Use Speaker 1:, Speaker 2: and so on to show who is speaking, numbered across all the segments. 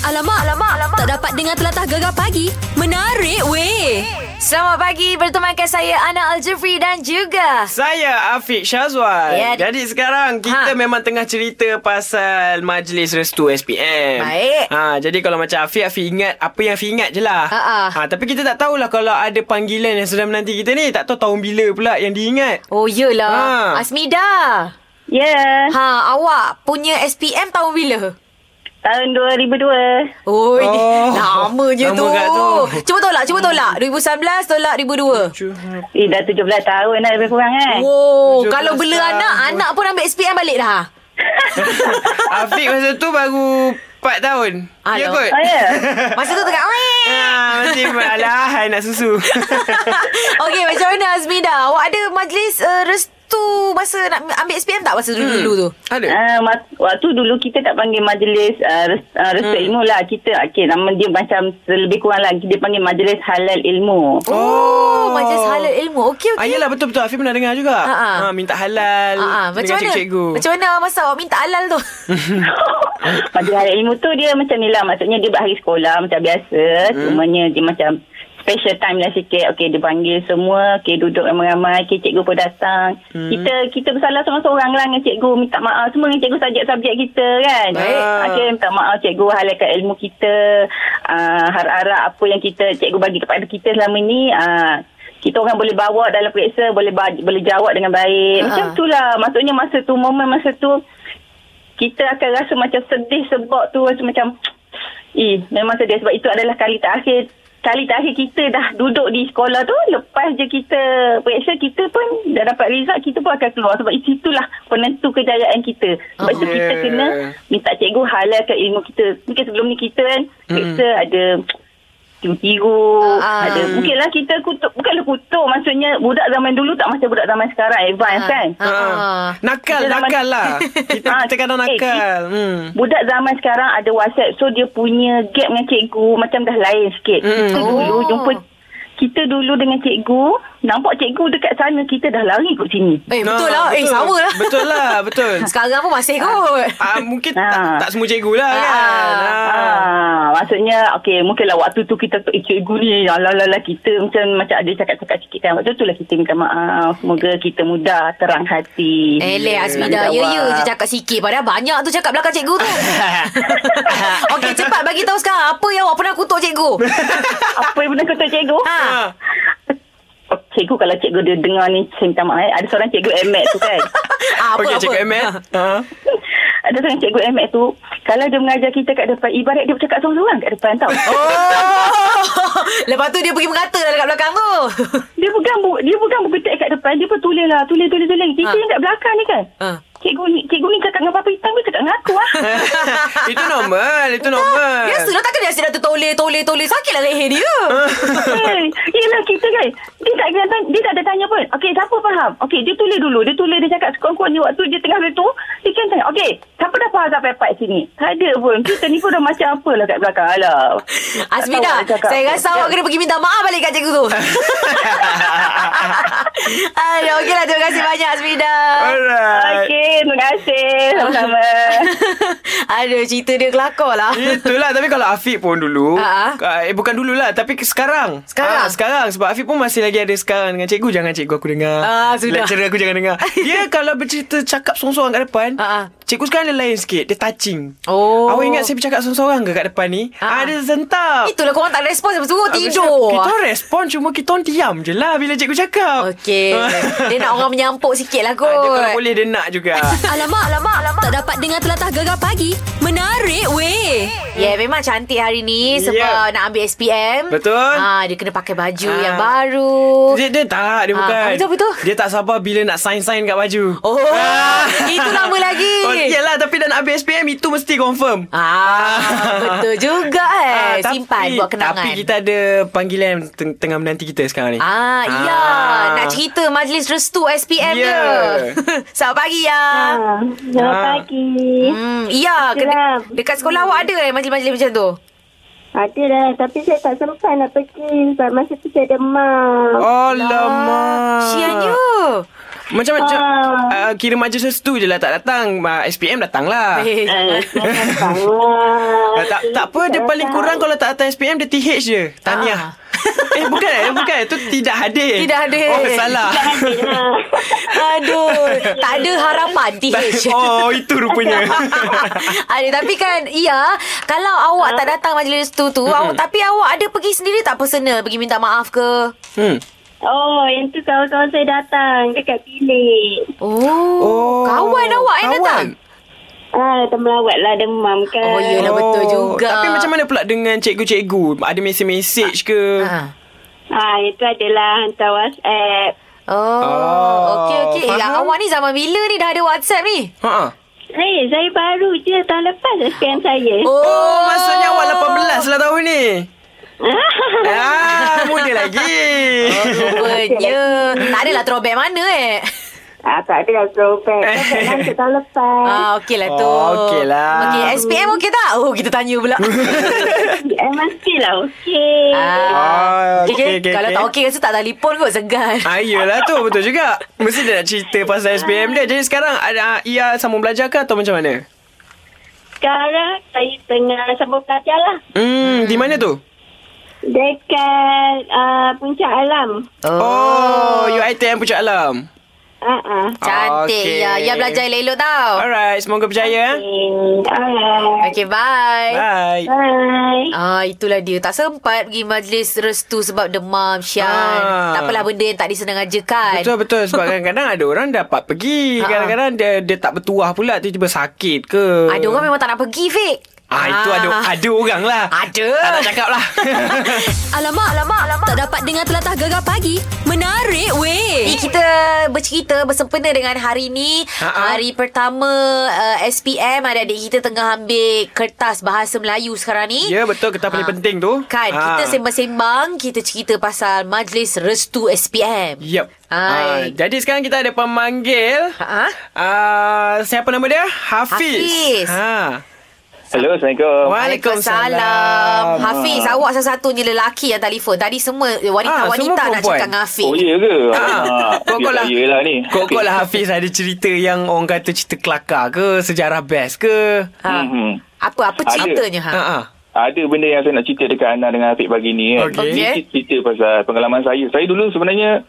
Speaker 1: Alamak, alamak, alamak. Tak dapat dengar telatah gegar pagi. Menarik weh.
Speaker 2: Selamat pagi bertemankan saya Ana Aljufri dan juga
Speaker 3: Saya Afiq Syazwan.
Speaker 2: Ya.
Speaker 3: Jadi sekarang
Speaker 2: Ha.
Speaker 3: kita memang tengah cerita pasal Majlis Restu SPM.
Speaker 2: Baik.
Speaker 3: Ha, jadi kalau macam Afiq, Afiq ingat apa yang Afiq ingat je lah.
Speaker 2: Ha, ha.
Speaker 3: Ha, tapi kita tak tahulah kalau ada panggilan yang sedang menanti kita ni. Tak tahu tahun bila pula yang diingat.
Speaker 2: Oh yelah
Speaker 3: Ha.
Speaker 2: Asmida
Speaker 4: Ya, yeah,
Speaker 2: Ha awak punya SPM tahun bila?
Speaker 4: tahun 2002.
Speaker 2: Oi,
Speaker 3: Oh.
Speaker 2: oh, lama je
Speaker 3: Lama
Speaker 2: tu.
Speaker 3: kat tu.
Speaker 2: Cuba tolak, cuba tolak. 2019 tolak 2002.
Speaker 4: Eh, dah 17 tahun dah lebih kurang kan?
Speaker 2: Oh. Wow,
Speaker 3: 17
Speaker 2: kalau bela
Speaker 3: tahun.
Speaker 2: anak, anak pun ambil SPM balik dah.
Speaker 3: Afiq masa tu baru 4 tahun. Ya
Speaker 2: Alah.
Speaker 3: kot?
Speaker 4: Oh, ya?
Speaker 2: Masa tu tengah
Speaker 3: Ha, masih malah nak susu.
Speaker 2: Okey, macam mana Azmida? Awak ada majlis uh, restu masa nak ambil SPM tak masa dulu-dulu
Speaker 3: Hmm.
Speaker 2: tu?
Speaker 3: Ada?
Speaker 4: Uh, waktu dulu kita tak panggil majlis uh, res, uh, restu hmm. ilmu lah. Kita, okay, nama dia macam lebih kurang lagi. Dia panggil majlis halal ilmu.
Speaker 2: Oh, majlis halal ilmu. Okey,
Speaker 3: Ah,
Speaker 2: okey.
Speaker 3: yelah betul-betul Afiq pernah dengar juga.
Speaker 2: Ha, ha.
Speaker 3: Ha, minta halal.
Speaker 2: Ah, ah, macam
Speaker 3: dengan
Speaker 2: mana?
Speaker 3: cikgu-cikgu.
Speaker 2: Macam mana masa awak minta halal tu?
Speaker 4: majlis halal ilmu tu dia macam ni lah. Maksudnya dia buat hari sekolah macam biasa. Hmm. Cumanya dia macam special time lah sikit. Okay, dia panggil semua. Okay, duduk ramai-ramai. Okay, cikgu pun datang. Kita kita bersalah seorang-seorang lah dengan cikgu. Minta maaf semua dengan cikgu subjek-subjek kita kan.
Speaker 3: Baik.
Speaker 4: Okay, minta maaf cikgu halalkan ilmu kita. Uh, harap-harap apa yang kita cikgu bagi kepada kita selama ni. Uh, kita orang boleh bawa dalam periksa. Boleh ba- boleh jawab dengan baik. Macam
Speaker 2: Ha.
Speaker 4: tu lah. Maksudnya masa tu, momen masa tu kita akan rasa macam sedih sebab tu rasa macam eh memang sedih sebab itu adalah kali terakhir kali terakhir kita dah duduk di sekolah tu lepas je kita periksa kita pun dah dapat result kita pun akan keluar sebab itu itulah penentu kejayaan kita sebab itu
Speaker 3: Uh-uh.
Speaker 4: kita
Speaker 3: Yeah.
Speaker 4: kena minta cikgu halalkan ilmu kita mungkin sebelum ni kita kan periksa ada tiru-tiru
Speaker 2: Ah.
Speaker 4: ada mungkinlah kita kutuk bukanlah kutuk maksudnya budak zaman dulu tak macam budak zaman sekarang advance
Speaker 2: Ah.
Speaker 4: kan
Speaker 2: Ah.
Speaker 3: Ha. Nakal,
Speaker 4: Kita zaman-
Speaker 3: nakal lah. Kita,
Speaker 4: Ah,
Speaker 3: kita kadang
Speaker 4: eh,
Speaker 3: nakal.
Speaker 4: ki-
Speaker 3: Hmm.
Speaker 4: Budak zaman sekarang ada WhatsApp so dia punya gap dengan cikgu macam dah lain sikit.
Speaker 3: Mm.
Speaker 4: Kita dulu
Speaker 2: Oh.
Speaker 4: jumpa kita dulu dengan cikgu, nampak cikgu dekat sana kita dah lari kot sini.
Speaker 2: Eh,
Speaker 3: Nah,
Speaker 2: betul lah. Eh, sama lah.
Speaker 3: Betul lah, betul.
Speaker 2: Sekarang pun masih kot.
Speaker 3: ah, mungkin
Speaker 4: Ah.
Speaker 3: tak, tak semua cikgu lah kan.
Speaker 2: Ha. Ah.
Speaker 4: Ah.
Speaker 3: Ah.
Speaker 4: maksudnya okey mungkinlah waktu tu kita eh, cikgu ni alalala kita macam macam ada cakap-cakap sikit kan. Waktu tu lah kita minta maaf. Semoga kita mudah terang hati.
Speaker 2: Eleh Azmida
Speaker 4: Nak
Speaker 2: Ya ya
Speaker 4: jawab.
Speaker 2: je cakap sikit Padahal banyak tu cakap belakang cikgu tu Okey cepat bagi tahu sekarang Apa yang awak pernah kutuk cikgu
Speaker 4: Apa yang pernah kata cikgu?
Speaker 2: ha.
Speaker 3: Ah.
Speaker 4: Oh, cikgu kalau cikgu dia dengar ni saya minta maaf eh. Ada seorang cikgu Ahmed tu kan.
Speaker 2: Ah, apa,
Speaker 3: Okey,
Speaker 2: apa?
Speaker 3: cikgu Ahmed. Ah.
Speaker 4: ada seorang cikgu Ahmed tu kalau dia mengajar kita kat depan ibarat dia bercakap seorang-seorang kat depan tau.
Speaker 2: Oh Lepas tu dia pergi merata lah Dekat belakang tu
Speaker 4: Dia pegang bu, dia pegang buku teks kat depan dia pun tulis lah tulis tulis tulis. Kita
Speaker 2: Ha.
Speaker 4: yang kat belakang ni kan.
Speaker 2: Ha.
Speaker 4: Cikgu ni cikgu ni cakap dengan papa hitam ni cakap dengan aku ah.
Speaker 3: itu normal, itu normal.
Speaker 2: Biasalah Ah, lah. takkan dia asyik dah tertoleh Toleh toleh Sakit lah leher dia
Speaker 4: hey, yelah kita kan dia tak kena tanya, dia tak ada tanya pun okey siapa faham okey dia tulis dulu dia tulis dia cakap sekurang-kurangnya waktu dia tengah tu dia kan tanya okey siapa dah faham sampai part sini tak ada pun kita ni pun dah macam apalah kat belakang alah
Speaker 2: Azmida
Speaker 4: Tak tahu nak cakap
Speaker 2: Saya
Speaker 4: apa.
Speaker 2: rasa awak kena pergi minta maaf balik kat cikgu tu Aduh Okey lah terima kasih banyak Azmida
Speaker 3: Alright.
Speaker 4: Okey, terima kasih. Sama-sama.
Speaker 2: Aduh cerita dia kelakor lah
Speaker 3: Itulah Tapi kalau Afiq pun dulu
Speaker 2: Ah,
Speaker 3: uh, Eh bukan dululah Tapi ke- sekarang
Speaker 2: Sekarang?
Speaker 3: Ah, Sekarang Sebab Afiq pun masih lagi ada sekarang Dengan cikgu Jangan cikgu aku dengar
Speaker 2: Ah, sudah.
Speaker 3: Lecturer aku jangan dengar Dia kalau bercerita Cakap sorang-sorang kat depan
Speaker 2: Ah, ah.
Speaker 3: Cikgu sekarang dia lain sikit Dia touching
Speaker 2: Oh.
Speaker 3: Awak ingat saya bercakap sorang-sorang ke kat depan ni
Speaker 2: Ah, ah.
Speaker 3: Ada sentap
Speaker 2: Itulah korang tak respon Sebab suruh
Speaker 3: Habis
Speaker 2: tidur
Speaker 3: Kita orang respon Cuma kita orang diam je lah Bila cikgu cakap
Speaker 2: Okey Dia nak orang menyampuk sikit lah kot
Speaker 3: Ah, Dia kalau boleh dia nak juga
Speaker 1: Alamak, alamak, alamak. Tak dapat dengar telatah gegar pagi. Menarik weh.
Speaker 2: Ya yeah, memang cantik hari ni Sebab
Speaker 3: Ya.
Speaker 2: nak ambil SPM
Speaker 3: Betul.
Speaker 2: ha, Dia kena pakai baju
Speaker 3: Ah.
Speaker 2: yang baru
Speaker 3: Dia, dia tak Dia
Speaker 2: Ah,
Speaker 3: bukan
Speaker 2: betul, betul.
Speaker 3: Dia tak sabar bila nak sign-sign kat baju
Speaker 2: Oh,
Speaker 3: Ah.
Speaker 2: itu lama lagi.
Speaker 3: oh, Yelah tapi dah nak habis SPM Itu mesti confirm
Speaker 2: Ah, Betul juga
Speaker 3: Ah,
Speaker 2: eh Simpan buat kenangan
Speaker 3: Tapi kita ada panggilan teng- Tengah menanti kita sekarang ni
Speaker 2: Ah, ya. Nak cerita majlis restu SPM
Speaker 3: Ya.
Speaker 2: dia. Selamat pagi, ya.
Speaker 4: Ah, Selamat
Speaker 3: Ah.
Speaker 4: pagi.
Speaker 2: Hmm, ya, ke-
Speaker 4: Silam.
Speaker 2: dekat sekolah awak ada eh majlis-majlis macam tu?
Speaker 4: Ada dah. Tapi saya tak sempat nak
Speaker 3: Oh.
Speaker 4: pergi sebab masa tu saya demam.
Speaker 3: Alamak
Speaker 2: Ah, Sianya.
Speaker 3: Macam macam
Speaker 4: Ah.
Speaker 3: uh, kira majlis tu je lah tak datang. Uh, SPM datang lah.
Speaker 2: Eh,
Speaker 4: Eh,
Speaker 3: Ah, tak tak apa dia paling kurang kalau tak datang SPM dia TH je. Tahniah. eh bukan eh bukan tu tidak hadir.
Speaker 2: Ah. Tidak hadir.
Speaker 3: Oh salah. lah.
Speaker 2: Aduh, tak ada harapan TH.
Speaker 3: oh itu rupanya.
Speaker 2: ada tapi kan iya kalau awak tak datang majlis tu tu awak, tapi awak ada pergi sendiri tak personal pergi minta maaf ke?
Speaker 3: hmm.
Speaker 4: Oh, yang tu kawan-kawan saya datang dekat bilik.
Speaker 2: Oh, oh kawan awak yang datang.
Speaker 4: Ah, termelawat lah demam kan.
Speaker 2: Oh, ya. Yelah, betul juga.
Speaker 3: Tapi macam mana pula dengan cikgu-cikgu? Ada mesej-mesej ke?
Speaker 2: Ha.
Speaker 4: Ah, itu adalah hantar WhatsApp.
Speaker 2: Oh,
Speaker 3: Oh,
Speaker 2: okey okey. Eh,
Speaker 3: faham.
Speaker 2: Awak ni zaman bila ni dah ada WhatsApp ni?
Speaker 3: Ha ah.
Speaker 4: Eh, saya baru je tahun lepas SPM saya.
Speaker 3: Oh,
Speaker 4: Oh.
Speaker 3: oh, maksudnya awak 18 lah tahun ni. ah, muda lagi.
Speaker 2: Oh, Rupanya Tak adalah throwback mana eh
Speaker 4: Ah, tak ada lah throwback. Throwback masa tahun lepas.
Speaker 2: ah, Okey lah tu
Speaker 3: Oh, okey lah.
Speaker 2: Okey SPM okey tak? Oh kita tanya pula
Speaker 4: Eh, mestilah okey.
Speaker 2: ah,
Speaker 3: Ah,
Speaker 2: okey,
Speaker 3: okey,
Speaker 2: okay,
Speaker 3: okey,
Speaker 2: Kalau
Speaker 3: okey.
Speaker 2: tak okey Rasa tak telefon kot Segan
Speaker 3: Ah, iyalah tu betul juga. Mesti dia nak cerita pasal SPM dia. Jadi sekarang ada ah, Ia sambung belajar ke atau macam mana?
Speaker 4: Sekarang saya tengah sambung belajar lah.
Speaker 3: Hmm, di mana tu?
Speaker 4: Dekat uh, puncak alam.
Speaker 3: Oh, UiTM Pucuk Alam.
Speaker 4: Ah, ah.
Speaker 2: Cantik
Speaker 3: Okey.
Speaker 2: ya Ya belajar elok-elok tau
Speaker 3: Alright, semoga berjaya. eh.
Speaker 4: Okay. Alright.
Speaker 2: Okey bye,
Speaker 3: Bye.
Speaker 4: Bye.
Speaker 2: Ah itulah dia tak sempat pergi majlis restu sebab demam Syan.
Speaker 3: Ah.
Speaker 2: Tak apalah benda yang tak disengajakan.
Speaker 3: Betul betul sebab kadang-kadang ada orang dapat pergi,
Speaker 2: Ha-ha.
Speaker 3: kadang-kadang dia dia tak bertuah pula tiba-tiba sakit ke.
Speaker 2: Ada orang memang tak nak pergi Fik.
Speaker 3: Ah itu ada ada orang lah.
Speaker 2: Ada.
Speaker 3: Tak nak cakap lah.
Speaker 1: Alamak, alamak, alamak. Tak dapat dengar telatah gegar pagi. Menarik
Speaker 2: Ni
Speaker 1: weh.
Speaker 2: kita bercerita bersempena dengan hari ni
Speaker 3: Ha-ha.
Speaker 2: Hari pertama uh, SPM Adik-adik kita tengah ambil kertas bahasa Melayu sekarang ni
Speaker 3: ya betul kita paling
Speaker 2: Ha.
Speaker 3: penting tu.
Speaker 2: Kan
Speaker 3: Ha.
Speaker 2: kita sembang-sembang Kita cerita pasal Majlis Restu SPM
Speaker 3: Yep. Ah,
Speaker 2: Hai.
Speaker 3: jadi sekarang kita ada pemanggil.
Speaker 2: Ha?
Speaker 3: Ah, siapa nama dia? Hafiz.
Speaker 2: Hafiz.
Speaker 3: Ha.
Speaker 5: Hello, Assalamualaikum.
Speaker 2: Hafiz awak salah satunya lelaki yang telefon Tadi semua
Speaker 3: Ah,
Speaker 2: wanita-wanita
Speaker 3: semua
Speaker 2: nak
Speaker 3: perempuan.
Speaker 2: cakap dengan Hafiz
Speaker 5: Oh, ya ke?
Speaker 3: Ha. Kau-kau lah.
Speaker 5: Yelah ni.
Speaker 3: Kau-kau lah Hafiz ada cerita yang orang kata cerita kelakar ke, sejarah best ke?
Speaker 2: ha.
Speaker 5: Mhm.
Speaker 2: Apa apa
Speaker 5: Ada.
Speaker 2: ceritanya ha?
Speaker 3: Ha. Ha.
Speaker 5: Ada benda yang saya nak cerita dekat Ana dengan Afiq pagi ni. Kan?
Speaker 3: Okey.
Speaker 5: Ini cerita- cerita pasal pengalaman saya. Saya dulu sebenarnya,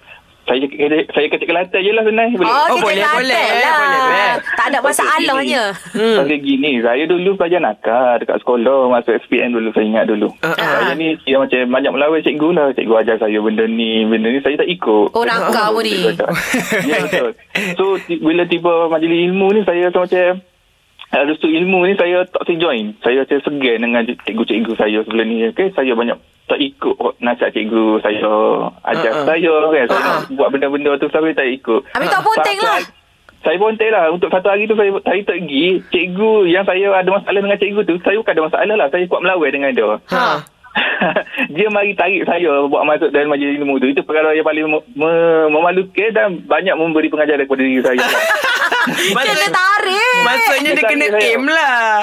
Speaker 5: saya saya kata Kelantan je lah sebenarnya. Boleh?
Speaker 2: Oh,
Speaker 3: Oh,
Speaker 2: kita
Speaker 3: boleh,
Speaker 2: Kelantan
Speaker 3: boleh,
Speaker 2: lah.
Speaker 3: boleh, boleh.
Speaker 2: Tak ada masalahnya.
Speaker 5: Hmm. Pasal gini, saya dulu pelajar nakal dekat sekolah masuk SPM dulu, saya ingat dulu.
Speaker 3: Ah, ah.
Speaker 5: Saya ni ya, macam banyak melawan cikgu lah. Cikgu ajar saya benda ni, benda ni saya tak ikut.
Speaker 2: Oh, nakal pun ni.
Speaker 5: Ya, betul. So, ti- bila tiba majlis ilmu ni, saya rasa macam Uh, Lepas tu ilmu ni saya tak saya join. Saya saya segan dengan cikgu-cikgu saya sebelum ni. Okay? Saya banyak tak ikut nasihat cikgu saya. Ajar
Speaker 3: Ah, ah.
Speaker 5: saya kan. Saya
Speaker 3: Ah,
Speaker 5: nak buat benda-benda tu saya tak ikut.
Speaker 2: Habis tak ponteng
Speaker 5: Satu
Speaker 2: lah.
Speaker 5: hari- Saya ponteng lah. Untuk satu hari tu saya, saya tak pergi. Cikgu yang saya ada masalah dengan cikgu tu, saya bukan ada masalah lah. Saya kuat melawai dengan dia.
Speaker 3: Ha.
Speaker 5: dia mari tarik saya buat masuk dalam majlis ilmu tu. Itu perkara yang paling me- me- memalukan dan banyak memberi pengajaran kepada diri saya. lah.
Speaker 2: Kena
Speaker 3: Maksud-
Speaker 2: tarik.
Speaker 3: Maksudnya dia kena aim lah.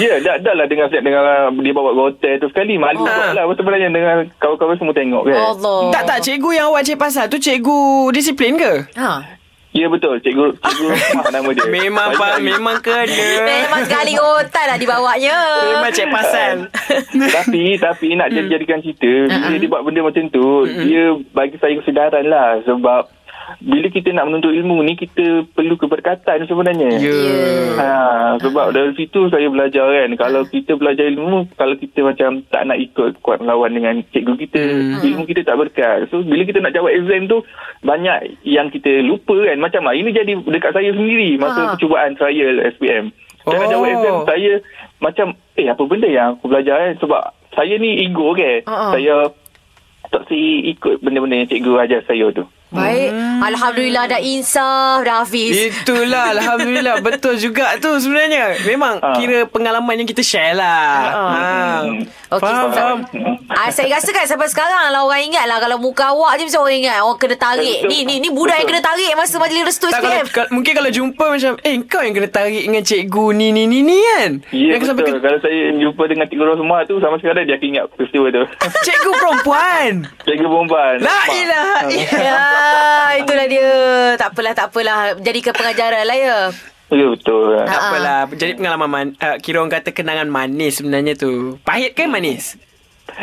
Speaker 5: Ya, dah, dah lah dengar dengan dia bawa ke hotel tu sekali. Malu
Speaker 3: Ah.
Speaker 5: ha. lah sebenarnya dengan kawan-kawan semua tengok kan.
Speaker 2: Allah.
Speaker 3: Tak tak cikgu yang awak cek pasal tu cikgu disiplin ke?
Speaker 2: Ha.
Speaker 5: Ya, betul. Cikgu, cikgu Rahmat nama dia.
Speaker 3: Memang
Speaker 5: Saya
Speaker 3: pak
Speaker 5: tak-
Speaker 3: memang kena.
Speaker 2: Memang sekali otak lah dibawanya.
Speaker 3: Memang cek pasal.
Speaker 5: tapi, tapi nak jadi jadikan cerita, bila dia buat benda macam tu, dia bagi saya kesedaran lah. Sebab bila kita nak menuntut ilmu ni, kita perlu keberkatan sebenarnya.
Speaker 3: Ya,
Speaker 2: Ya.
Speaker 5: Ha, sebab dari situ saya belajar kan. Kalau kita belajar ilmu, kalau kita macam tak nak ikut kuat melawan dengan cikgu kita,
Speaker 2: Hmm.
Speaker 5: ilmu kita tak berkat. So, bila kita nak jawab exam tu, banyak yang kita lupa kan. Macam lah, ini jadi dekat saya sendiri
Speaker 2: Ah.
Speaker 5: masa percubaan trial SPM. Saya nak
Speaker 3: Oh.
Speaker 5: jawab exam, saya macam, eh apa benda yang aku belajar kan? Sebab saya ni ego kan.
Speaker 2: Ah, ah.
Speaker 5: Saya tak si ikut benda-benda yang cikgu ajar saya tu.
Speaker 2: Baik. Alhamdulillah dah insaf dah Hafiz.
Speaker 3: Itulah Alhamdulillah Betul juga tu sebenarnya Memang
Speaker 5: Ah.
Speaker 3: kira pengalaman yang kita share lah ha.
Speaker 5: Hmm.
Speaker 2: Ah, Okey.
Speaker 3: Faham, faham.
Speaker 2: Ah, saya rasa kan sampai sekarang lah orang ingat lah kalau muka awak je mesti orang ingat orang kena tarik.
Speaker 5: Betul.
Speaker 2: Ni ni ni budak yang kena tarik masa majlis restu
Speaker 3: Tak, kalau,
Speaker 2: SPM.
Speaker 3: kalau, mungkin kalau jumpa macam Eh kau yang kena tarik dengan cikgu ni ni ni ni kan
Speaker 2: Eh,
Speaker 3: Jangan
Speaker 5: Ya betul.
Speaker 3: sampai ke-
Speaker 5: Kalau saya jumpa dengan Cikgu Rosma tu sama sekali dia akan ingat peristiwa tu.
Speaker 3: Cikgu perempuan
Speaker 5: Cikgu perempuan.
Speaker 3: La
Speaker 5: Mak.
Speaker 3: ilaha illallah.
Speaker 2: Ya, itulah dia. Tak apalah, tak apalah. Jadikan pengajaran lah ya.
Speaker 5: Ya betul.
Speaker 3: Tak
Speaker 2: Ah, ah.
Speaker 3: apalah Jadi pengalaman man, uh, Kira orang kata kenangan manis sebenarnya tu Pahit ke manis?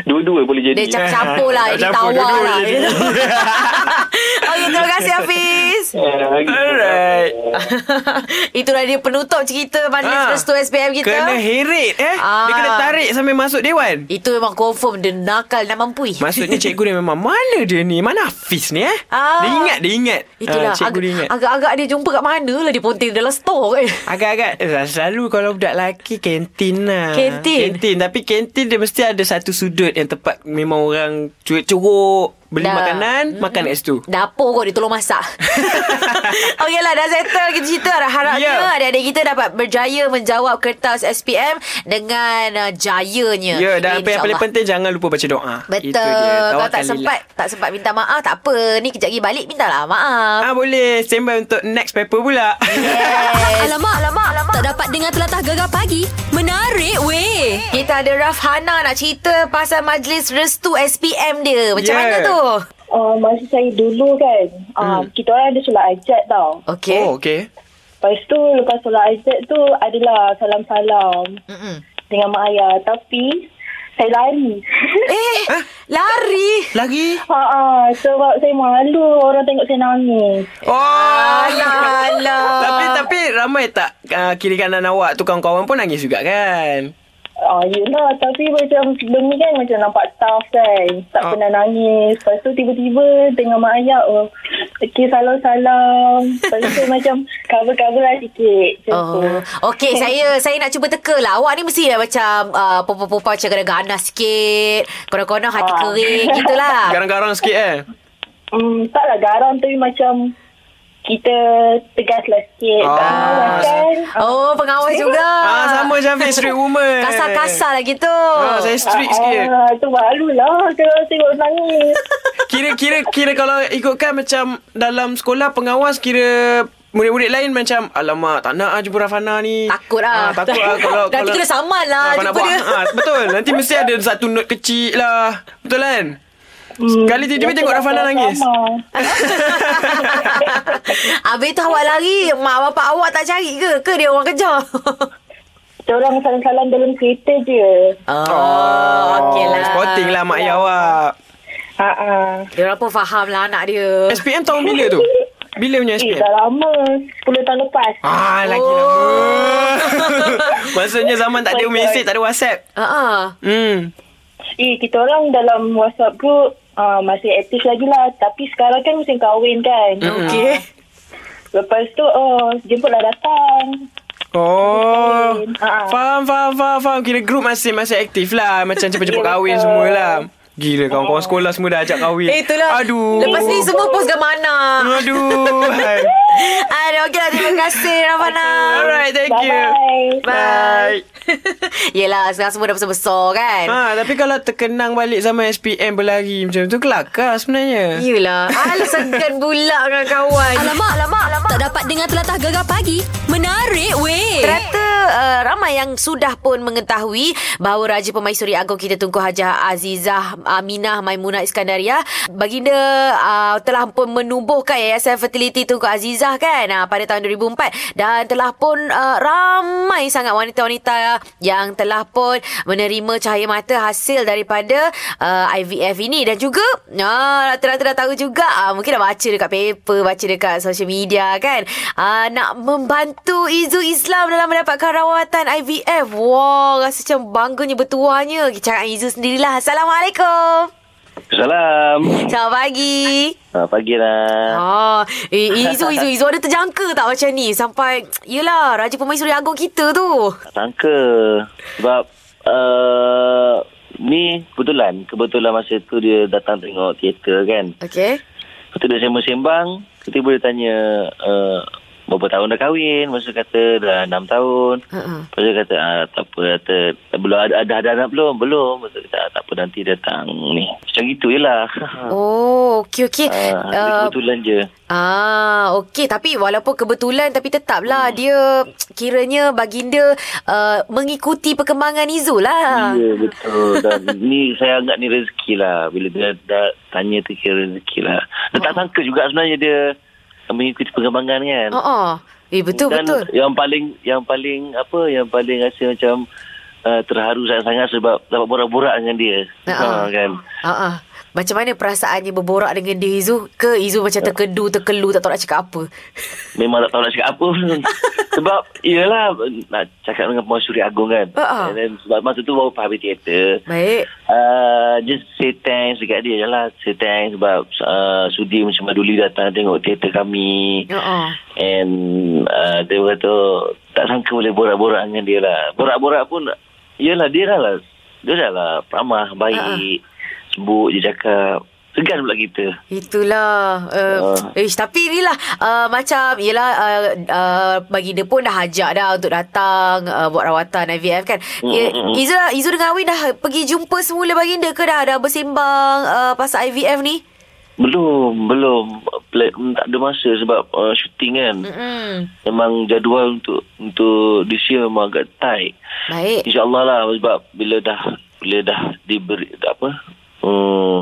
Speaker 5: Dua-dua boleh jadi.
Speaker 2: Dia campur-campur lah.
Speaker 3: Tak
Speaker 2: Dia
Speaker 3: Ya. campur,
Speaker 2: tawar
Speaker 3: dua-dua
Speaker 2: lah.
Speaker 3: je.
Speaker 2: Okey, terima kasih Hafiz.
Speaker 5: Eh,
Speaker 3: Alright
Speaker 2: Itulah dia penutup cerita majlis
Speaker 3: Ah.
Speaker 2: restu SPM kita.
Speaker 3: Kena heret eh
Speaker 2: Ah.
Speaker 3: Dia kena tarik sampai masuk dewan
Speaker 2: Itu memang confirm dia nakal dan mampui.
Speaker 3: Maksudnya cikgu dia memang Mana dia ni? Mana Hafiz ni eh?
Speaker 2: Ah.
Speaker 3: Dia ingat, dia ingat
Speaker 2: Itulah
Speaker 3: Ah, Cikgu dia
Speaker 2: ag-
Speaker 3: ingat
Speaker 2: agak-agak dia jumpa kat mana lah dia ponting dalam store kan.
Speaker 3: Agak-agak eh, Selalu kalau budak lelaki Kantin lah
Speaker 2: Kantin?
Speaker 3: Kantin Tapi kantin dia mesti ada satu sudut Yang tempat memang orang Curuk-curuk Beli
Speaker 2: Dah.
Speaker 3: makanan Makan kat situ
Speaker 2: Dapur kot dia tolong masak Okey lah dah settle kita cerita Harapnya
Speaker 3: Ya.
Speaker 2: yeah. adik-adik kita dapat berjaya menjawab kertas SPM Dengan uh, jayanya
Speaker 3: Ya dan apa yang
Speaker 2: InsyaAllah.
Speaker 3: paling penting Jangan lupa baca doa
Speaker 2: Betul
Speaker 3: Itu dia
Speaker 2: Kalau tak
Speaker 3: Tawakalilah.
Speaker 2: sempat Tak sempat minta maaf Tak apa Ni kejap lagi balik Minta lah maaf
Speaker 3: Ah boleh standby untuk next paper pula.
Speaker 2: Yes.
Speaker 1: Alamak, alamak, alamak. Tak dapat dengar telatah gegar pagi. Menarik weh.
Speaker 2: Kita ada Raf Hana nak cerita pasal majlis restu SPM dia. Macam
Speaker 3: Ya.
Speaker 2: mana tu?
Speaker 4: Uh, masa saya dulu kan, uh, hmm. kita orang ada solat ajat tau.
Speaker 2: Okey.
Speaker 3: Oh okey.
Speaker 4: Lepas tu, lepas solat ajat tu adalah salam-salam
Speaker 2: Mm-mm.
Speaker 4: dengan mak ayah. Tapi, saya lari.
Speaker 2: Eh, lari.
Speaker 3: Lagi.
Speaker 4: Ha ah, sebab saya malu orang tengok saya nangis.
Speaker 3: Oh.
Speaker 2: Alah, alah.
Speaker 3: tapi tapi ramai tak uh, kiri kanan awak tu kawan-kawan pun nangis juga kan?
Speaker 4: Ah, yelah, tapi macam benda kan macam nampak tough kan. Tak
Speaker 3: Ah.
Speaker 4: pernah nangis. Lepas tu tiba-tiba tengah mak ayah, oh, okay, salam-salam. Lepas tu macam cover-cover lah sikit. Macam tu.
Speaker 2: Oh. Okey, saya saya nak cuba teka lah. Awak ni mestilah macam uh, perempuan-perempuan macam kena ganas sikit. Konon-konon hati
Speaker 4: Ah.
Speaker 2: kering gitulah.
Speaker 3: Garang-garang sikit eh.
Speaker 4: Hmm, taklah garang tapi macam kita tegaslah sikit.
Speaker 3: Ah.
Speaker 4: Ah, kan?
Speaker 2: Oh, pengawas juga.
Speaker 3: Ah sama Syafiq street woman.
Speaker 2: Kasar-kasar lah gitu.
Speaker 3: Ah saya street sikit.
Speaker 4: Ah, tu malulah kalau tengok nangis.
Speaker 3: Kira kira kira kalau ikutkan macam dalam sekolah pengawas kira murid-murid lain macam alamak tak nak ah jumpa Rafana ni.
Speaker 2: Takut lah.
Speaker 3: Ah, takut ah kalau
Speaker 2: Nanti
Speaker 3: kalau-
Speaker 2: kena saman lah
Speaker 3: kalau nak
Speaker 2: jumpa
Speaker 3: buat-
Speaker 2: dia.
Speaker 3: ah, betul. Nanti mesti ada satu note kecil lah. Betul kan?
Speaker 4: Hmm,
Speaker 3: Sekali tiba-tiba
Speaker 4: dia
Speaker 3: tengok Rafaana
Speaker 4: sama-sama.
Speaker 3: nangis.
Speaker 2: Habis tu awak lari Mak bapak awak tak cari ke Ke dia orang kejar
Speaker 4: Dia orang salam-salam dalam kereta je.
Speaker 2: Oh Okey lah
Speaker 3: Sporting lah mak ayah awak.
Speaker 4: Ha ah.
Speaker 2: Dia orang pun faham lah anak dia
Speaker 3: SPM tahun bila tu? Bila punya
Speaker 4: Eh,
Speaker 3: SPM?
Speaker 4: dah lama. 10 tahun lepas.
Speaker 3: Ah, lagi
Speaker 2: Oh.
Speaker 3: lama. Maksudnya zaman tak ada mesej, tak ada WhatsApp.
Speaker 2: uh-uh.
Speaker 3: Hmm.
Speaker 4: Eh, kita orang dalam WhatsApp group ah, masih aktif lagi lah. Tapi sekarang kan musim kahwin kan.
Speaker 2: Ah,
Speaker 3: Hmm.
Speaker 2: Okey
Speaker 4: Lepas tu, oh, jemputlah datang.
Speaker 3: Oh.
Speaker 4: Ah.
Speaker 3: Faham, faham, faham, faham. Kira grup masih masih aktif lah. Macam cepat-cepat
Speaker 4: Ya,
Speaker 3: kahwin
Speaker 4: betul.
Speaker 3: semua lah. Gila, kawan-kawan sekolah semua dah ajak kahwin.
Speaker 2: Eh itulah
Speaker 3: Aduh. Hmm.
Speaker 2: Lepas ni semua post gambar anak
Speaker 3: Aduh. Hai.
Speaker 2: Aduh okey lah terima kasih Rafana
Speaker 3: Alright, thank you.
Speaker 4: Bye-bye.
Speaker 3: Bye.
Speaker 2: Yelah sekarang semua dah besar-besar kan
Speaker 3: Ha, tapi kalau terkenang balik zaman SPM berlari macam tu kelakar sebenarnya.
Speaker 2: Yelah Alah segan pula dengan kawan
Speaker 1: Alamak, alamak, alamak. Tak dapat dengar telatah gegar pagi. Menarik weh.
Speaker 2: Ternyata uh, ramai yang sudah pun mengetahui bahawa Raja Pemaisuri Agong kita Tunku Hajah Azizah Aminah Maimunah Iskandariah baginda uh, telah pun menubuhkan Yayasan Fertility Tunku Azizah kan uh, pada tahun 2004 dan telah pun uh, ramai sangat wanita-wanita yang telah pun menerima cahaya mata hasil daripada uh, IVF ini dan juga uh, rata-rata dah tahu juga uh, mungkin dah baca dekat paper baca dekat social media kan uh, nak membantu isu Islam dalam mendapatkan rawatan IVF wow rasa macam bangganya bertuahnya cakap dengan isu sendirilah Assalamualaikum
Speaker 6: Salam.
Speaker 2: Selamat pagi
Speaker 6: Ah, pagi lah.
Speaker 2: Ah, eh, Izu, Izu, Izu ada terjangka tak macam ni Sampai, yelah, Raja Pemaisuri Agong kita tu
Speaker 6: Sangka. Sebab
Speaker 5: eh,
Speaker 6: uh, ni kebetulan. Kebetulan masa tu dia datang tengok teater kan.
Speaker 2: Okay
Speaker 6: Lepas tu dia sembang-sembang. Tiba-tiba dia tanya uh,
Speaker 5: eh, berapa tahun dah kahwin masa kata dah enam tahun
Speaker 2: Uh-uh.
Speaker 5: lepas tu kata ah, tak apa kata tak- belum ada, ada ada anak belum belum masa kata ah, tak apa nanti datang ni macam gitu je lah
Speaker 2: Oh, okey okey.
Speaker 5: Ah, dia
Speaker 2: Uh,
Speaker 5: kebetulan je
Speaker 2: Ah, okey tapi walaupun kebetulan tapi tetaplah hmm. dia kiranya baginda uh, mengikuti perkembangan Izul lah.
Speaker 5: Ya betul Dan ni saya anggap ni rezeki lah Bila dia dah tanya tu kira rezeki lah Dia
Speaker 2: Oh.
Speaker 5: tak sangka juga sebenarnya dia Mengikuti perkembangan kan
Speaker 2: Ha ah. Eh betul
Speaker 5: Dan
Speaker 2: betul.
Speaker 5: yang paling Yang paling apa Yang paling rasa macam uh, Terharu sangat-sangat Sebab dapat borak-borak dengan dia
Speaker 2: Ha-ha.
Speaker 5: ha, kan
Speaker 2: Ha ah. Macam mana perasaannya berborak dengan dia Izu? Ke Izu
Speaker 5: Ya.
Speaker 2: macam terkedu, terkelu, tak tahu nak cakap apa?
Speaker 5: Memang tak tahu nak cakap apa pun. Sebab Yelah Nak cakap dengan pemaisuri agung kan
Speaker 2: Ha-ha.
Speaker 5: And then, Sebab masa tu baru habis teater
Speaker 2: Baik.
Speaker 5: Uh, just say thanks dekat dia je lah. Say thanks sebab uh, sudi macam Maduli datang tengok teater kami.
Speaker 2: Ha ah.
Speaker 5: And uh, dia kata tak sangka boleh borak-borak dengan dia lah. Borak-borak pun, yelah dia dah lah. Dia dah lah ramah, baik, sebut je cakap. Segan pula kita.
Speaker 2: Itulah uh, uh.
Speaker 5: Ah.
Speaker 2: Ish, Tapi ni lah uh, Macam Yelah uh, uh, Baginda pun dah ajak dah Untuk datang uh, Buat rawatan IVF kan
Speaker 5: Mm,
Speaker 2: mm-hmm. Izu, Izu dengan Awi dah Pergi jumpa semula baginda ke dah Dah bersembang uh, Pasal IVF ni
Speaker 5: Belum, belum. Plan, tak ada masa sebab uh, syuting kan.
Speaker 2: Hmm. Mm-mm.
Speaker 5: Memang jadual untuk untuk this year memang agak tight.
Speaker 2: Baik
Speaker 5: InsyaAllah lah sebab bila dah bila dah diberi apa hmm,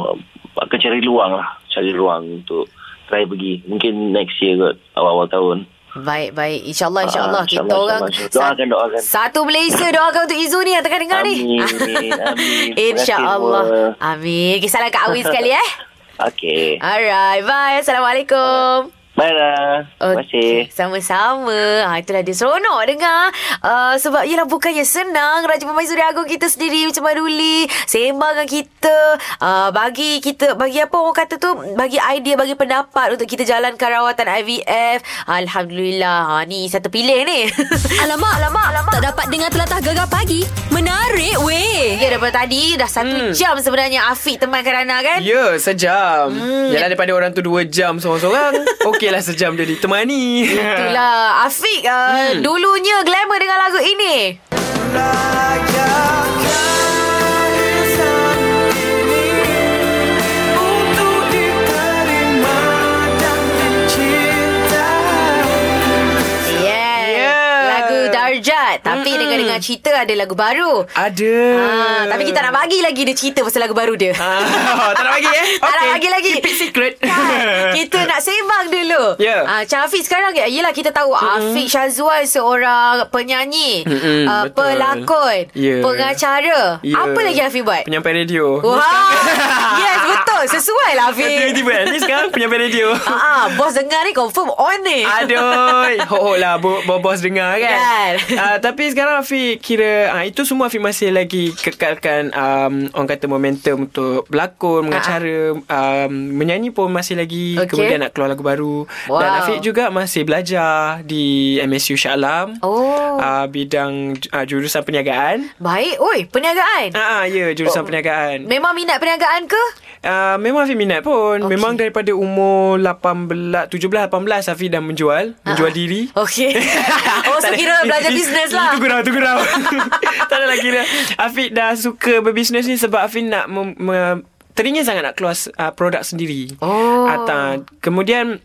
Speaker 5: akan cari luang lah cari luang untuk try pergi mungkin next year kot awal-awal tahun
Speaker 2: Baik baik InsyaAllah insyaAllah
Speaker 5: Ah,
Speaker 2: Kita
Speaker 5: insyaAllah,
Speaker 2: orang
Speaker 5: insyaAllah. Doakan,
Speaker 2: sat-
Speaker 5: doakan.
Speaker 2: Satu Malaysia doakan untuk Izu ni Yang tengah dengar ni
Speaker 5: Amin, amin. Terima kasih
Speaker 2: InsyaAllah
Speaker 5: semua.
Speaker 2: Amin Okay salam kat Awi sekali eh
Speaker 5: Okay
Speaker 2: Ah. Alright bye Assalamualaikum
Speaker 5: bye lah
Speaker 2: Oh,
Speaker 5: terima kasih
Speaker 2: Okey, Sama-sama. Ha, itulah dia seronok dengar. Uh, sebab yelah bukannya senang. Raja Pemaisuri Agong kita sendiri macam Maduli. Sembang dengan kita. Uh, bagi kita, bagi apa orang kata tu? Bagi idea, bagi pendapat untuk kita jalankan rawatan IVF. Alhamdulillah. Ha, ni satu pilih ni.
Speaker 7: Alamak, alamak, alamak. Tak dapat dengar telatah gegar pagi. Menarik weh.
Speaker 2: ya, daripada tadi dah satu hmm. jam sebenarnya Afiq temankan Ana kan?
Speaker 3: Ya, sejam. Hmm. Yalah daripada orang tu dua jam seorang-seorang. Okeylah sejam dia ditemani.
Speaker 2: Itulah Afiq uh, hmm. dulunya glamour dengan lagu ini. Yes.
Speaker 3: Yeah.
Speaker 2: Lagu Darjat tapi
Speaker 3: Mm-mm.
Speaker 2: dengar-dengar cerita ada lagu baru.
Speaker 3: Ada.
Speaker 2: Ah, tapi kita nak bagi lagi dia cerita pasal lagu baru dia.
Speaker 3: Ah, tak nak bagi eh?
Speaker 2: Tak nak
Speaker 3: Okey.
Speaker 2: bagi lagi.
Speaker 3: Keep it secret.
Speaker 2: Kan? kita nak sembang dulu.
Speaker 3: Ya.
Speaker 2: Ah, macam Afiq sekarang, yelah kita tahu mm-hmm. Afiq Syazwan seorang penyanyi,
Speaker 3: Mm-mm,
Speaker 2: ah,
Speaker 3: betul.
Speaker 2: pelakon,
Speaker 3: Ya.
Speaker 2: pengacara.
Speaker 3: Ya.
Speaker 2: Apa lagi Afiq buat? Oh,
Speaker 3: Penyampaian radio.
Speaker 2: Wah,
Speaker 3: kan?
Speaker 2: yes betul. Sesuai lah Afiq.
Speaker 3: Tiba-tiba kan? Ni sekarang penyampaian radio.
Speaker 2: Ah, ah, bos dengar ni confirm on ni.
Speaker 3: Aduh Hok-hok lah bo- bo- Bos dengar kan
Speaker 2: Kan.
Speaker 3: uh, Tapi sekarang Afiq Kira uh, Itu semua Afiq masih lagi Kekalkan um, Orang kata momentum Untuk berlakon Mengacara um, Menyanyi pun masih lagi
Speaker 2: Ah. Okey.
Speaker 3: Kemudian nak keluar lagu baru
Speaker 2: Wow.
Speaker 3: Dan Afiq juga Masih belajar Di MSU Shah Alam
Speaker 2: Oh.
Speaker 3: uh, Bidang uh, Jurusan perniagaan
Speaker 2: Baik. Oi, perniagaan.
Speaker 3: Ah, uh, ya,
Speaker 2: Oh.
Speaker 3: jurusan perniagaan.
Speaker 2: Memang minat perniagaan ke?
Speaker 3: Uh, memang Afi minat pun.
Speaker 2: Okey.
Speaker 3: Okay. Memang daripada umur 18, 17, 18 Afi dah menjual,
Speaker 2: Ah,
Speaker 3: menjual diri.
Speaker 2: Okey. Oh, so
Speaker 3: Tak ada.
Speaker 2: kira belajar
Speaker 3: Ini-
Speaker 2: bisnes
Speaker 3: ini
Speaker 2: lah.
Speaker 3: Itu gurau, itu gurau. tak ada lagi dah. Afiq dah suka berbisnes ni sebab Afiq nak mem, me, teringin sangat nak keluar uh, produk sendiri.
Speaker 2: Oh.
Speaker 3: Atau, kemudian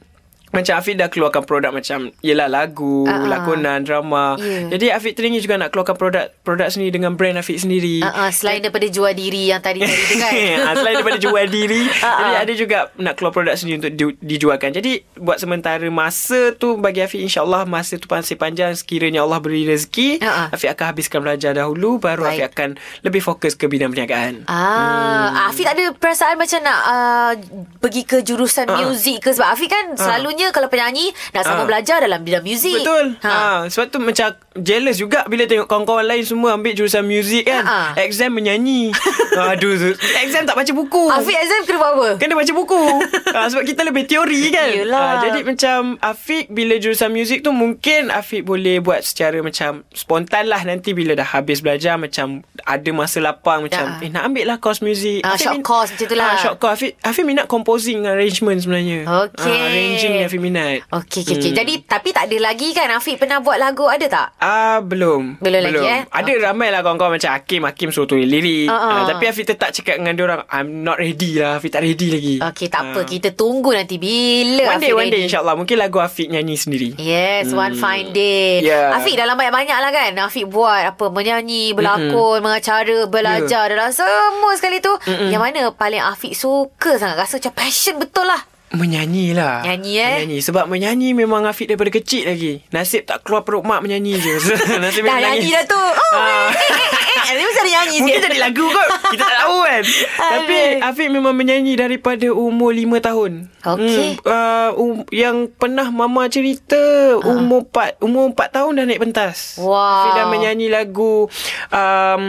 Speaker 3: macam Afiq dah keluarkan produk macam Yelah lagu,
Speaker 2: Ah, ah.
Speaker 3: uh-uh. lakonan, drama
Speaker 2: Ya.
Speaker 3: Jadi Afiq teringin juga nak keluarkan produk Produk sendiri dengan brand Afiq sendiri
Speaker 2: Uh, uh, selain daripada jual diri yang tadi tadi tu kan.
Speaker 3: Ah, Selain daripada jual diri
Speaker 2: Ah,
Speaker 3: Jadi
Speaker 2: ah.
Speaker 3: ada juga Nak keluar produk sendiri Untuk di, dijualkan Jadi buat sementara Masa tu bagi Afiq InsyaAllah Masa tu masih panjang Sekiranya Allah beri rezeki
Speaker 2: Ah, ah.
Speaker 3: Afiq akan habiskan belajar dahulu Baru
Speaker 2: Baik.
Speaker 3: Afiq akan Lebih fokus ke bidang perniagaan
Speaker 2: Ah, hmm. Afiq tak ada perasaan macam nak uh, pergi ke jurusan uh.
Speaker 3: Ah.
Speaker 2: muzik ke sebab Afiq kan uh. selalunya kalau penyanyi nak sama uh.
Speaker 3: Ah.
Speaker 2: belajar dalam bidang muzik.
Speaker 3: Betul
Speaker 2: Ha.
Speaker 3: ha. Sebab tu macam Jealous juga Bila tengok kawan-kawan lain Semua ambil jurusan muzik kan
Speaker 2: Ha, ha.
Speaker 3: Exam menyanyi Aduh Zul. Exam tak baca buku
Speaker 2: Afiq Azam kena buat apa?
Speaker 3: Kan dia baca buku ha, Sebab kita lebih teori kan
Speaker 2: Yelah.
Speaker 3: Ah, Jadi macam Afiq bila jurusan muzik tu Mungkin Afiq boleh buat secara macam Spontan lah nanti bila dah habis belajar Macam ada masa lapang Macam
Speaker 2: Ah.
Speaker 3: eh, nak ambil lah course muzik
Speaker 2: Ah,
Speaker 3: Afiq
Speaker 2: short course macam tu lah.
Speaker 3: ah, Short course Afiq, Afiq minat composing dengan arrangement sebenarnya
Speaker 2: Okey. Oh.
Speaker 3: Ah, Arranging ni Afiq minat
Speaker 2: Okey, okey,
Speaker 3: Hmm.
Speaker 2: okay. Jadi, tapi tak ada lagi kan Afiq pernah buat lagu, ada tak?
Speaker 3: Ah belum.
Speaker 2: Belum lagi, eh?
Speaker 3: Ada okay. ramai lah kawan-kawan macam Hakim, Hakim suruh tulis lirik.
Speaker 2: Ah, ah.
Speaker 3: Ah, tapi Afiq tetap cakap dengan dia orang, I'm not ready lah, Afiq tak ready lagi.
Speaker 2: Okey, tak
Speaker 3: Ah.
Speaker 2: apa. Kita tunggu nanti bila
Speaker 3: One day,
Speaker 2: Afiq
Speaker 3: one day
Speaker 2: ready.
Speaker 3: insyaAllah. Mungkin lagu Afiq nyanyi sendiri.
Speaker 2: Yes, hmm. one fine day.
Speaker 3: Yeah.
Speaker 2: Afiq dalam banyak-banyak lah kan. Afiq buat apa, menyanyi, berlakon, mm mengacara, belajar dalam semua sekali tu. Mm-mm. Yang mana paling Afiq suka sangat. Rasa macam passion betul lah.
Speaker 3: Menyanyi lah
Speaker 2: Nyanyi, eh?
Speaker 3: Menyanyi Sebab menyanyi memang Afiq daripada kecil lagi Nasib tak keluar perut mak menyanyi je Nasib
Speaker 2: Dah nyanyi dah tu. Oh, eh,
Speaker 3: Ah.
Speaker 2: eh, eh, eh. Ada mesti ada nyanyi
Speaker 3: Mungkin
Speaker 2: sikit.
Speaker 3: jadi lagu kot Kita tak tahu kan Tapi Afiq memang menyanyi Daripada umur 5 tahun
Speaker 2: Okey.
Speaker 3: hmm, uh, um, Yang pernah Mama cerita Umur 4 Umur 4 tahun dah naik pentas
Speaker 2: Ah. Wow.
Speaker 3: Afiq dah menyanyi lagu um,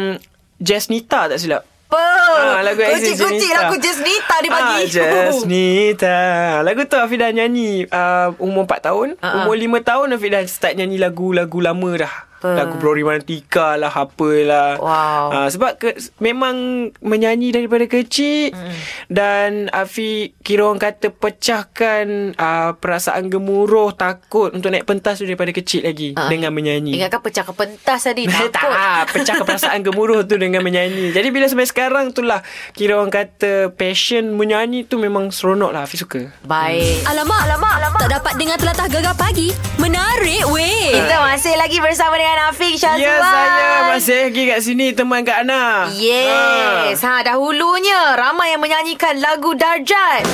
Speaker 3: Jazz Nita tak silap
Speaker 2: Apa?
Speaker 3: Ah, lagu Aziz
Speaker 2: Kucing-kucing
Speaker 3: Jaznita.
Speaker 2: lah, lagu Jasnita dia bagi.
Speaker 3: Ah, Jasnita. Lagu tu Afiq dah nyanyi uh, umur 4 tahun.
Speaker 2: Ah, ah.
Speaker 3: Uh-huh. Umur 5 tahun Afiq dah start nyanyi lagu-lagu lama dah. Lagu Brori Mantika lah, apalah.
Speaker 2: Wow.
Speaker 3: Ah, sebab ke, memang menyanyi daripada kecil.
Speaker 2: Hmm.
Speaker 3: Mm. Dan Afiq kira orang kata pecahkan uh, perasaan gemuruh, takut untuk naik pentas tu daripada kecil
Speaker 2: Ah,
Speaker 3: lagi.
Speaker 2: ah.
Speaker 3: Uh-huh. Dengan menyanyi.
Speaker 2: Ingatkan pecah ke pentas tadi.
Speaker 3: Eh,
Speaker 2: Takut.
Speaker 3: tak Pecahkan perasaan gemuruh tu Dengan menyanyi Jadi bila sampai sekarang tu lah Kira orang kata Passion menyanyi tu Memang seronok lah Hafiz suka
Speaker 2: Baik.
Speaker 1: Alamak, alamak, alamak. Tak dapat dengar telatah gegar pagi. Menarik weh.
Speaker 2: Kita masih lagi bersama dengan Afiq Syazwan.
Speaker 3: Ya Hmm. saya Masih lagi kat sini Teman Kak Ana Ah.
Speaker 2: Yes. Ha. dahulunya ramai yang menyanyikan lagu Darjat.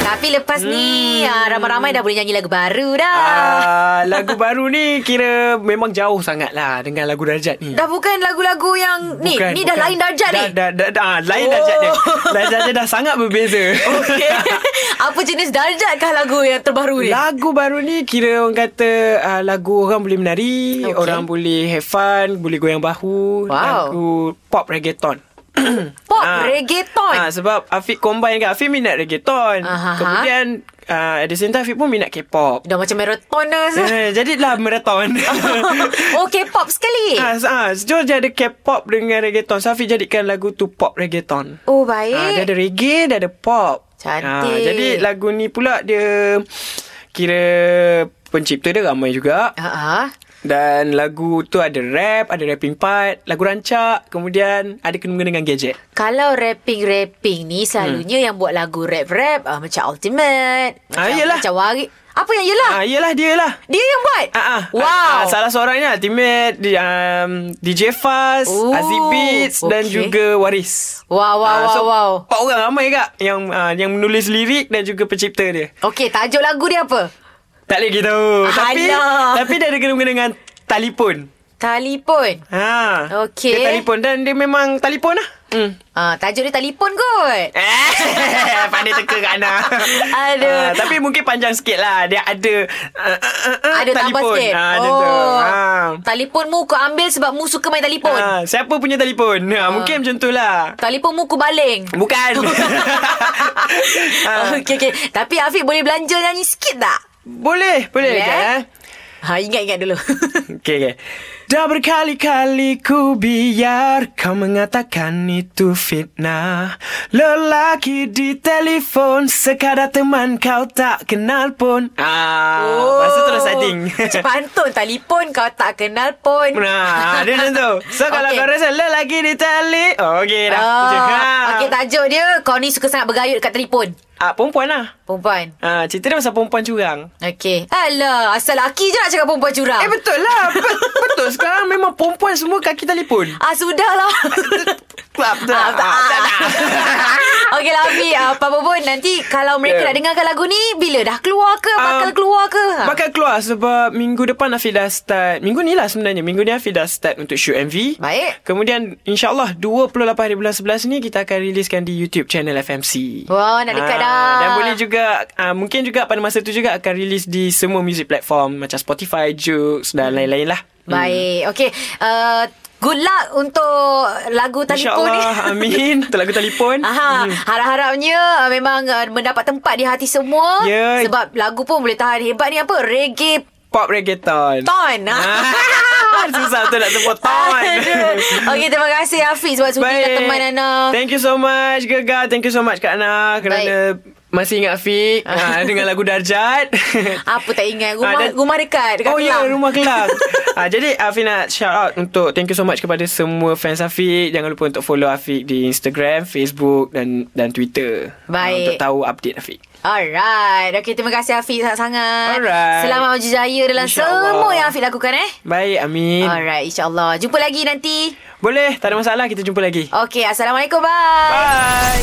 Speaker 2: Tapi lepas hmm. ni ha, ramai-ramai dah boleh nyanyi lagu baru dah.
Speaker 3: Ah, lagu baru ni kira memang jauh sangat lah dengan lagu darjat ni.
Speaker 2: Dah bukan lagu-lagu yang ni,
Speaker 3: Bukan,
Speaker 2: ni dah
Speaker 3: bukan.
Speaker 2: lain darjat ni.
Speaker 3: dah, Dah, dah, dah, ah, lain
Speaker 2: Oh.
Speaker 3: darjat dia. Darjat dia dah sangat berbeza.
Speaker 2: Okey. Apa jenis darjat kah lagu yang terbaru ni?
Speaker 3: Lagu baru ni kira orang kata uh, lagu orang boleh menari,
Speaker 2: Okey.
Speaker 3: okay. orang boleh have fun, boleh goyang bahu,
Speaker 2: Wow.
Speaker 3: lagu pop reggaeton.
Speaker 2: Pop
Speaker 3: Ah.
Speaker 2: reggaeton.
Speaker 3: Ah, sebab Afiq combine kan Afiq minat reggaeton
Speaker 2: Aha.
Speaker 3: Kemudian uh, At the same time Afiq pun minat K-pop
Speaker 2: Dah macam marathoners.
Speaker 3: eh, Jadilah marathon
Speaker 2: oh, K-pop sekali.
Speaker 3: Ah, ah, sejauh dia ada K-pop dengan reggaeton. So, Afiq jadikan lagu tu pop reggaeton.
Speaker 2: Oh, baik.
Speaker 3: Ah, dia ada reggae, dia ada pop. Ah,
Speaker 2: Cantik.
Speaker 3: jadi lagu ni pula dia kira pencipta dia ramai juga.
Speaker 2: Ha ah.
Speaker 3: Dan lagu tu ada rap, ada rapping part, lagu rancak, kemudian ada kena dengan gadget.
Speaker 2: Kalau rapping-rapping ni selalunya hmm. yang buat lagu rap-rap ah, macam Ultimate, macam,
Speaker 3: Ah, yelah.
Speaker 2: macam Warik. Apa yang yelah?
Speaker 3: Ah, yelah dia lah.
Speaker 2: Dia yang buat?
Speaker 3: Ah, ah.
Speaker 2: Wow.
Speaker 3: Ah, ah, salah seorangnya Ultimate, di, um, DJ Fast,
Speaker 2: Ooh,
Speaker 3: Aziz Beats dan
Speaker 2: okay.
Speaker 3: juga Waris.
Speaker 2: Wow, wow,
Speaker 3: Ah,
Speaker 2: wow,
Speaker 3: so,
Speaker 2: wow.
Speaker 3: Empat orang ramai kak yang uh, yang menulis lirik dan juga pencipta dia.
Speaker 2: Okey, tajuk lagu dia apa?
Speaker 3: Tak lagi tahu. Tapi
Speaker 2: Alah.
Speaker 3: tapi dia ada kena dengan telefon.
Speaker 2: Telefon.
Speaker 3: Ha.
Speaker 2: Okey.
Speaker 3: Dia telefon dan dia memang telefon lah. Hmm.
Speaker 2: Ah, tajuk dia telefon kot.
Speaker 3: Eh, pandai teka kat Ana.
Speaker 2: Aduh.
Speaker 3: Ah, tapi mungkin panjang sikit lah. Dia ada... Uh, uh, uh,
Speaker 2: Ada tambah sikit. Oh.
Speaker 3: Ha, macam tu. Ha.
Speaker 2: Telefon mu kau ambil sebab mu suka main telefon. Ah.
Speaker 3: Ha, siapa punya telefon? Ha, Mungkin macam tu lah.
Speaker 2: Telefon mu ku baling.
Speaker 3: Bukan. Ah,
Speaker 2: Okey, okey. Tapi Afiq boleh belanja nyanyi sikit tak?
Speaker 3: Boleh,
Speaker 2: Boleh,
Speaker 3: boleh. Boleh.
Speaker 2: eh?
Speaker 3: eh?
Speaker 2: Ha, ingat-ingat dulu.
Speaker 3: Okay, okay. Dah berkali-kali ku biar kau mengatakan itu fitnah Lelaki di telefon sekadar teman kau tak kenal pun Ah, oh. Lepas tu terus setting
Speaker 2: Macam pantun telefon Oh. kau tak kenal pun.
Speaker 3: Nah, dia macam tu So kalau
Speaker 2: Okey.
Speaker 3: kau rasa lelaki di tele oh, Okay dah
Speaker 2: Oh,
Speaker 3: ha.
Speaker 2: Okey, tajuk dia kau ni suka sangat bergayut dekat telefon.
Speaker 3: ah, Perempuan lah
Speaker 2: Perempuan.
Speaker 3: ah, Cerita dia pasal perempuan curang
Speaker 2: Okey. Alah, asal laki je nak cakap perempuan curang.
Speaker 3: Eh betul lah Bet- Betul sekarang memang perempuan semua kaki telefon
Speaker 2: Ah, sudahlah.
Speaker 3: tak, tak,
Speaker 2: Ah, tak,
Speaker 3: tak,
Speaker 2: ah.
Speaker 3: tak.
Speaker 2: Okey lah Abi ah, Apa-apa pun Nanti kalau mereka
Speaker 3: Ya.
Speaker 2: nak dengarkan lagu ni Bila dah keluar ke Bakal
Speaker 3: Um,
Speaker 2: keluar ke Ha.
Speaker 3: Bakal keluar sebab minggu depan Afiq dah start. Minggu ni lah sebenarnya. Minggu ni Afiq dah start untuk shoot MV.
Speaker 2: Baik.
Speaker 3: Kemudian insyaAllah 28 hari bulan 11 ni kita akan riliskan di YouTube channel FMC.
Speaker 2: Wah, nak dekat
Speaker 3: Ah,
Speaker 2: dah.
Speaker 3: Dan boleh juga, uh, mungkin juga pada masa tu juga akan rilis di semua music platform macam Spotify, Joox dan lain-lain lah.
Speaker 2: Baik Okay uh, Good luck untuk lagu telefon ni
Speaker 3: InsyaAllah, amin. Hmm. Untuk lagu telefon.
Speaker 2: Aha, harap-harapnya uh, memang uh, mendapat tempat di hati semua
Speaker 3: Ya.
Speaker 2: sebab lagu pun boleh tahan hebat ni apa reggae
Speaker 3: Pop reggaeton.
Speaker 2: ton.
Speaker 3: Ah, Susah tu nak sebut ton.
Speaker 2: Aduh. Okey terima kasih Hafiz sebab sudi dah teman Ana.
Speaker 3: Thank you so much Gegar Thank you so much Kak Ana Kerana Masih ingat Fik ha, Dengan lagu Darjat
Speaker 2: Ah. Apa tak ingat rumah
Speaker 3: Ah, dan-
Speaker 2: rumah dekat dekat
Speaker 3: oh ya,
Speaker 2: Kelang.
Speaker 3: rumah Kelang. ah, jadi Afiq nak shout out untuk thank you so much kepada semua fans Afiq. Jangan lupa untuk follow Afiq di Instagram, Facebook dan dan Twitter. Ah,
Speaker 2: Baik.
Speaker 3: untuk tahu update Afiq.
Speaker 2: Alright. Okey terima kasih Hafiz sangat-sangat.
Speaker 3: Alright.
Speaker 2: Selamat berjaya dalam
Speaker 3: InsyaAllah.
Speaker 2: semua yang Hafiz lakukan eh.
Speaker 3: Baik, amin.
Speaker 2: Alright, insyaAllah. Jumpa lagi nanti.
Speaker 3: Boleh, tak ada masalah. Kita jumpa lagi.
Speaker 2: Okey, Assalamualaikum. Bye.
Speaker 3: Bye.